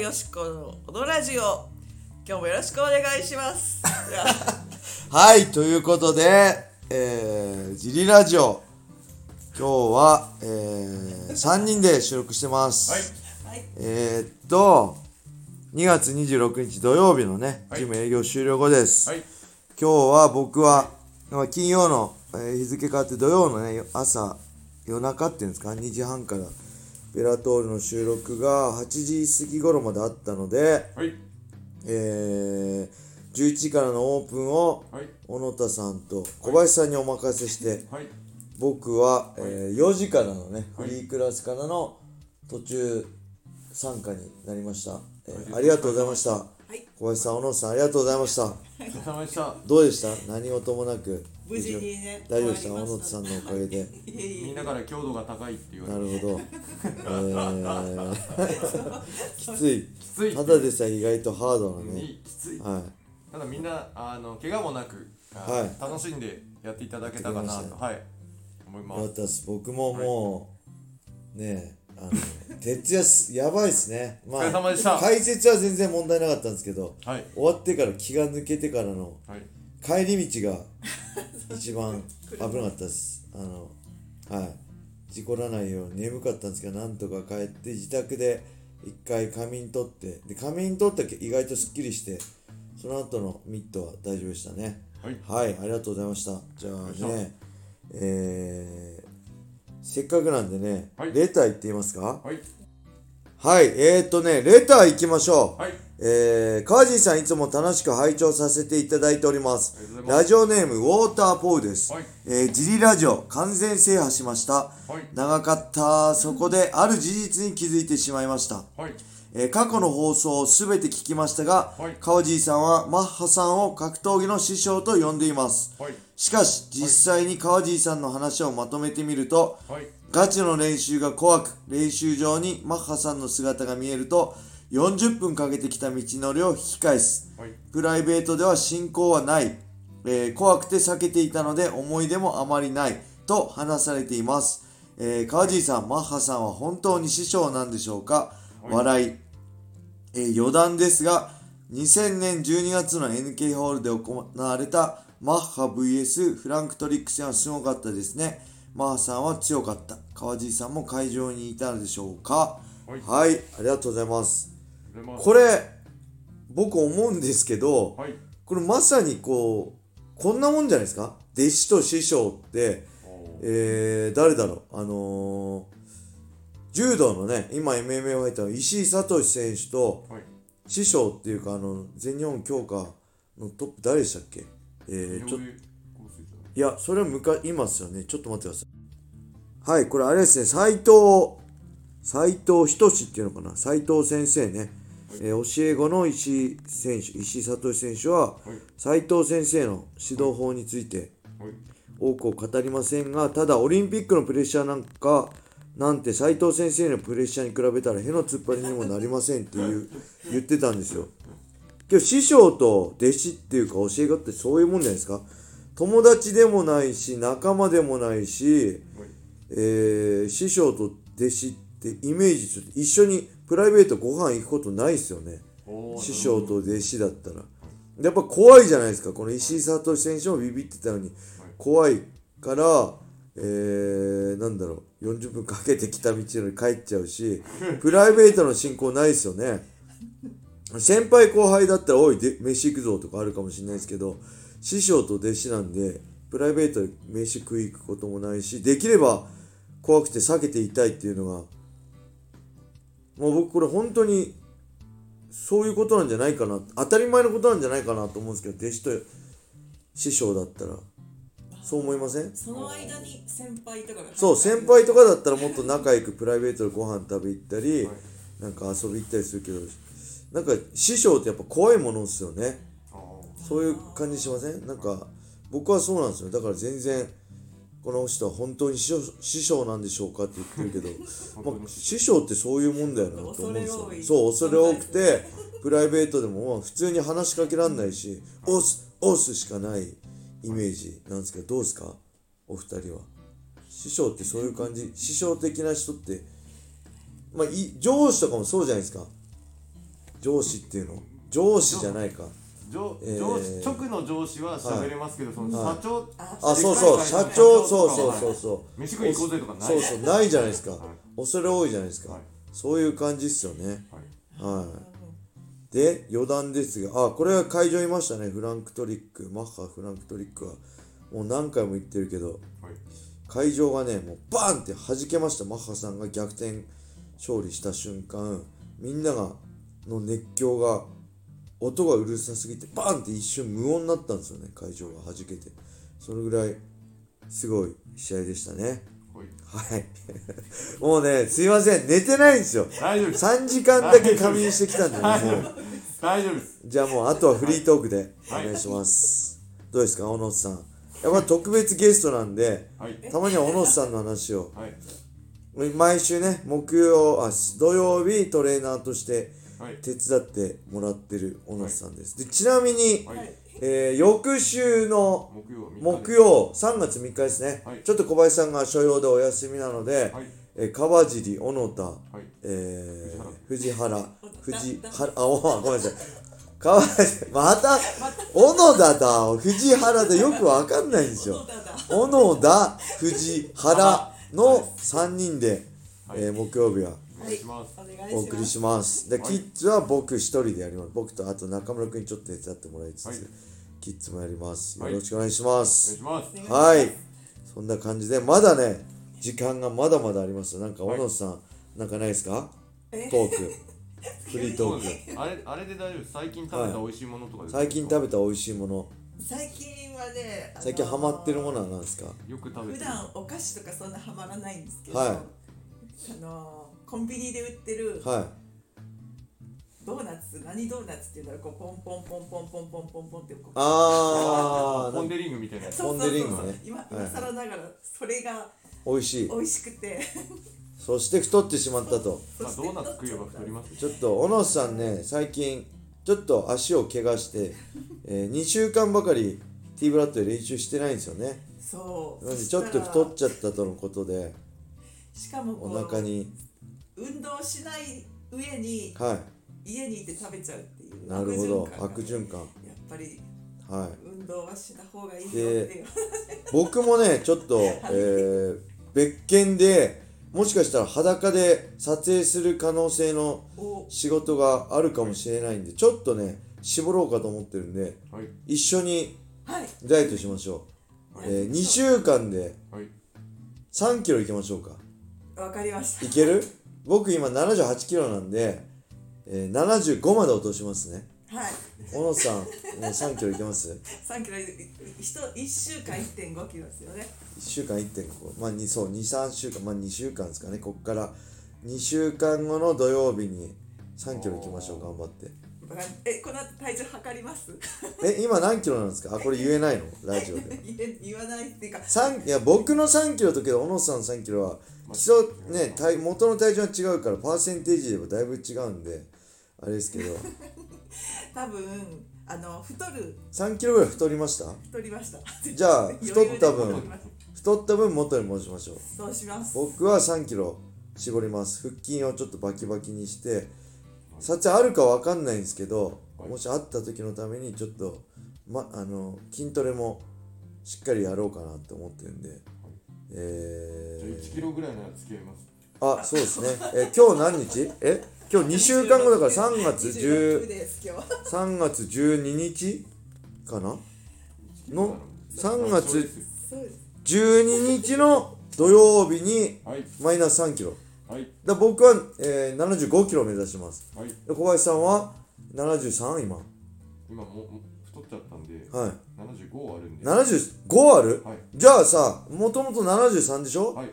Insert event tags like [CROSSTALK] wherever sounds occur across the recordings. よしこのこのラジオ今日もよろしくお願いします [LAUGHS] でははい、ということで、えー、ジリラジオ、今日は、えー、3人で収録してます。ははいいえー、っと、2月26日土曜日のね、はい事務営業終了後です。はい今日は僕は、まあ金曜の、えー日付変わって土曜のね、朝、夜中っていうんですか、2時半から、ベラトールの収録が8時過ぎ頃まであったので、はいえー、11時からのオープンを、はい小野田さんと小林さんにお任せして、はい僕は、えー4時からのね、はいフリークラスからの途中参加になりました、えーありがとうございました、い小林さん小野さんありがとうございましたお疲れ様でしたどうでした何事もなく無事にね大丈夫でした終わ小り野ま田しさたんのおかげでいえいみんえなから強度が高いって言われなるてほ [LAUGHS] ど、えー、きついきついただでさえ意外とハードなねにきついはいただみんなあの怪我もなく、あはい楽しんでやっていただけたかなやってくれとはい思いまよかっすたです僕ももう、ねえあの [LAUGHS] 徹夜すやばいですねまお疲れ様でした解説は全然問題なかったんですけどはい終わってから気が抜けてからのはい帰り道 [LAUGHS] が一番危なかったですあのはい事故らないように眠かったんですけどなんとか帰って自宅で一回仮眠取ってで仮眠取ったけ意外とすっきりしてその後のミットは大丈夫でしたねはいはい、ありがとうございました。じゃありあがとうございまね、えー、せっかくなんでね、はいレター行ってみますかはいはい、えーとね、レター行きましょう。はいえー、川尻さんいつも楽しく拝聴させていただいておりますありがとう。ございますラジオネーム、ウォーターポウです。はいえー、ジリラジオ、完全制覇しました。はい長かった。そこで、ある事実に気づいてしまいました。はいえー過去の放送をすべて聞きましたが、はい川尻さんはマッハさんを格闘技の師匠と呼んでいます。はいしかし、実際に川尻さんの話をまとめてみると、はいガチの練習が怖く、練習場にマッハさんの姿が見えると、40分かけてきた道のりを引き返す。はいプライベートでは進行はない、えー怖くて避けていたので思い出もあまりないと話されています、えー、川尻さんマッハさんは本当に師匠なんでしょうか、笑い、えー余談ですが2000年12月の NK ホールで行われたマッハ VS フランクトリック戦はすごかったですねマッハさんは強かった川尻さんも会場にいたのでしょうかはいはい、ありがとうございますありがとうございますこれ僕思うんですけど、はいこれまさにこうこんなもんじゃないですか弟子と師匠って、おーえー、誰だろうあのー、柔道のね今 MMA を入ったの石井聡選手とはい師匠っていうかあの全日本強化のトップ誰でしたっけえ井ー、上ちょ康生さんいやそれは昔今っすよねちょっと待ってくださいはいこれあれですね斎藤斎藤仁っていうのかな斎藤先生ね、えー教え子の石井選手石井聡選手は、はい斉藤先生の指導法についてはい多くを語りませんがただオリンピックのプレッシャーなんかなんて斉藤先生のプレッシャーに比べたらへの突っ張りにもなりませんっていう言ってたんですよけど師匠と弟子っていうか教え子ってそういうもんじゃないですか友達でもないし仲間でもないし、はいえー師匠と弟子ってイメージすると一緒にプライベートご飯行くことないですよねおー師匠と弟子だったらやっぱ怖いじゃないですかこの石井聡選手もビビってたのに怖いからえー、なんだろう40分かけてきた道のり帰っちゃうしプライベートの進行ないですよね先輩後輩だったら「おいで飯行くぞ」とかあるかもしれないですけど師匠と弟子なんでプライベートで飯食い行くこともないしできれば怖くて避けていたいっていうのがもう僕これ本当にそういうことなんじゃないかな当たり前のことなんじゃないかなと思うんですけど弟子と師匠だったらそう思いませんその間に先輩とかがそう先輩とかだったらもっと仲良くプライベートでご飯食べ行ったり、はいなんか遊び行ったりするけどなんか師匠ってやっぱ怖いものですよねあーそういう感じしませんなんか僕はそうなんですよだから全然この人は本当に師匠師匠なんでしょうかって言ってるけど、まあ、師匠ってそういうもんだよなと思うんですよ、ね、そう恐れ多くてプライベートでもまあ普通に話しかけられないし「押す押す」しかないイメージなんですけどどうですかお二人は師匠ってそういう感じ師匠的な人ってまあい上司とかもそうじゃないですか上司っていうの上司じゃないか上えー上司直の上司は喋れますけど、その社長、あそうそうでっかい会社社の長社そうとかそうはそうそう飯食い行こうぜとかないそうそうないじゃないですかはい恐れ多いじゃないですかはいそういう感じっすよねはいはいで余談ですがあこれは会場いましたねフランクトリックマッハフランクトリックはもう何回も言ってるけどはい会場がねもうバーンって弾けましたマッハさんが逆転勝利した瞬間みんながの熱狂が音がうるさすぎてバーンって一瞬無音になったんですよね会場が弾けてそのぐらいすごい試合でしたねはいはい [LAUGHS] もうねすいません寝てないんですよ大丈夫です3時間だけ仮眠してきたんでねもう大丈夫ですじゃあもうあとはフリートークでおはい願いします、どうですか小野さんやっぱ特別ゲストなんではいたまには小野さんの話をはい毎週ね木曜あし土曜日トレーナーとしてはい手伝ってもらってる小野さんです、でちなみに、はいえー翌週の木曜三日木で曜3月3日ですね、はいちょっと小林さんが所用でお休みなので、はいえー川尻小野田はいえー、藤原藤原あおごめんなさい川尻また小野田だ藤原でよくわかんないんですよ音だだ小野田藤原の3人で、はいえー木曜日はお願いしますお願いしますお送りしますで、はいキッズは僕一人でやります僕とあと中村君にちょっと手伝ってもらいつつ、はいキッズもやりますよはいろしくお願いしまお願いすしまおす願いしますはい、そんな感じでまだね時間がまだまだありますよなんか小野さん、なんかないですかトえ [LAUGHS] ークフリーそトーうクですあれあれで大丈夫です最近食べた美味しいものとかです最近食べた美味しいもの最近はねあのー最近ハマってるものは何ですかよく食べ普て段お菓子とかそんなハマらないんですけど、はいあのーコンビニで売ってるはドーナツ、何ドーナツっていうんだろうこうポンポンポンポンポンポンポンポンってこういあーポなンんかデリングみたいなやつそポうンそうデリそングう、ね今はい今更ながらそれが美味しい美味しくて、そして太ってしまったとそまあしてドーナツ食えば太りますよちょっと小野さんね最近ちょっと足を怪我して、 [LAUGHS] え2週間ばかりティーブラッドで練習してないんですよねそうなのでそしちたょらっと太っちゃったとのことでしかもこおう腹に運動しない上には家にいて食べちゃうっていういなるほど悪悪循環循環がやっぱりはい運動はした方がいいよってでいう僕もねちょっと、えー別件でもしかしたら裸で撮影する可能性のお仕事があるかもしれないんでちょっとね絞ろうかと思ってるんではい一緒にはいダイエットしましょう、はいえー2週間ではい3キロいきましょうかわかりましたいける僕今78キロなんで、えー75まで落としますねはい小野さんもう3キロいけます3キロいい一一週間1.5キロですよね1週間1.5まあ2そう23週間まあ2週間ですかねこっから2週間後の土曜日に3キロいきましょう頑張ってわかりえこの後体重測りますえ今何キロなんですかあこれ言えないのラジオで言え言わないっていうか三いや僕の3キロとけど小野さんの3キロは基礎ね体元の体重は違うからパーセンテージでもだいぶ違うんであれですけど多分あの太る3キロぐらい太りました太りましたじゃあ余裕太ったで分太りました太った分元に戻しましょうそうします僕は3キロ絞ります腹筋をちょっとバキバキにして撮影あるかわかんないんですけどはいもしあった時のためにちょっと、ま、あの筋トレもしっかりやろうかなって思ってるんで、えじゃあ1キー、ロぐらいなら付き合いますあそうですねえ今日何日え今日2週間後だから3月16 10です今日3月12日かなの3そう月ですそうです12日の土曜日にはいマイナス3キロはいだ僕は、えー、75キロを目指しますはいで小林さんは73今今もうもう太っちゃったんではい75あるんで75ある、はいじゃあさもともと73でしょ、はい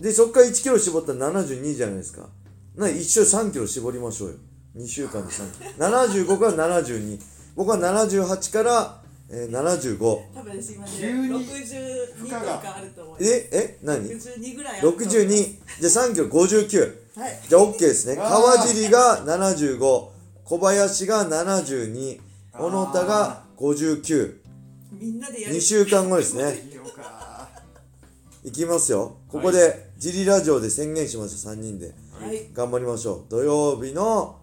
でそっから1キロ絞ったら72じゃないですかな一週3キロ絞りましょうよ2週間で3キロ75から72僕は78から、えー、75多分私今ね急に62負と荷がかあると思いますええ何62ぐらいあると思います ?62 じゃあ3キロ59はいじゃあ OK ですねあー川尻が75小林が72小野田が59みんなでやる2週間後ですねいいのかいきますよここでジリラジオで宣言しましょう3人ではい頑張りましょう土曜日の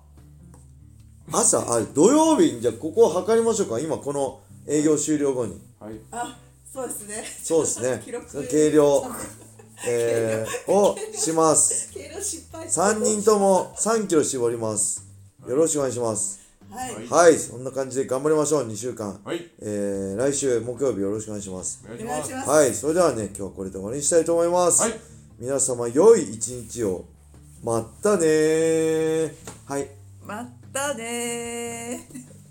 朝あ土曜日にじゃあここを測りましょうか今この営業終了後にはいあそうですねそうですね [LAUGHS] 記録計量、えー、をします計量失敗3人とも3キロ絞りますよろしくお願いしますはい、はいはいそんな感じで頑張りましょう2週間はいえー、来週木曜日よろしくお願いしますお願いしおま願いすします、はいそれではね今日はこれで終わりにしたいと思います、はい皆様良い一日をまったねーはいまたねー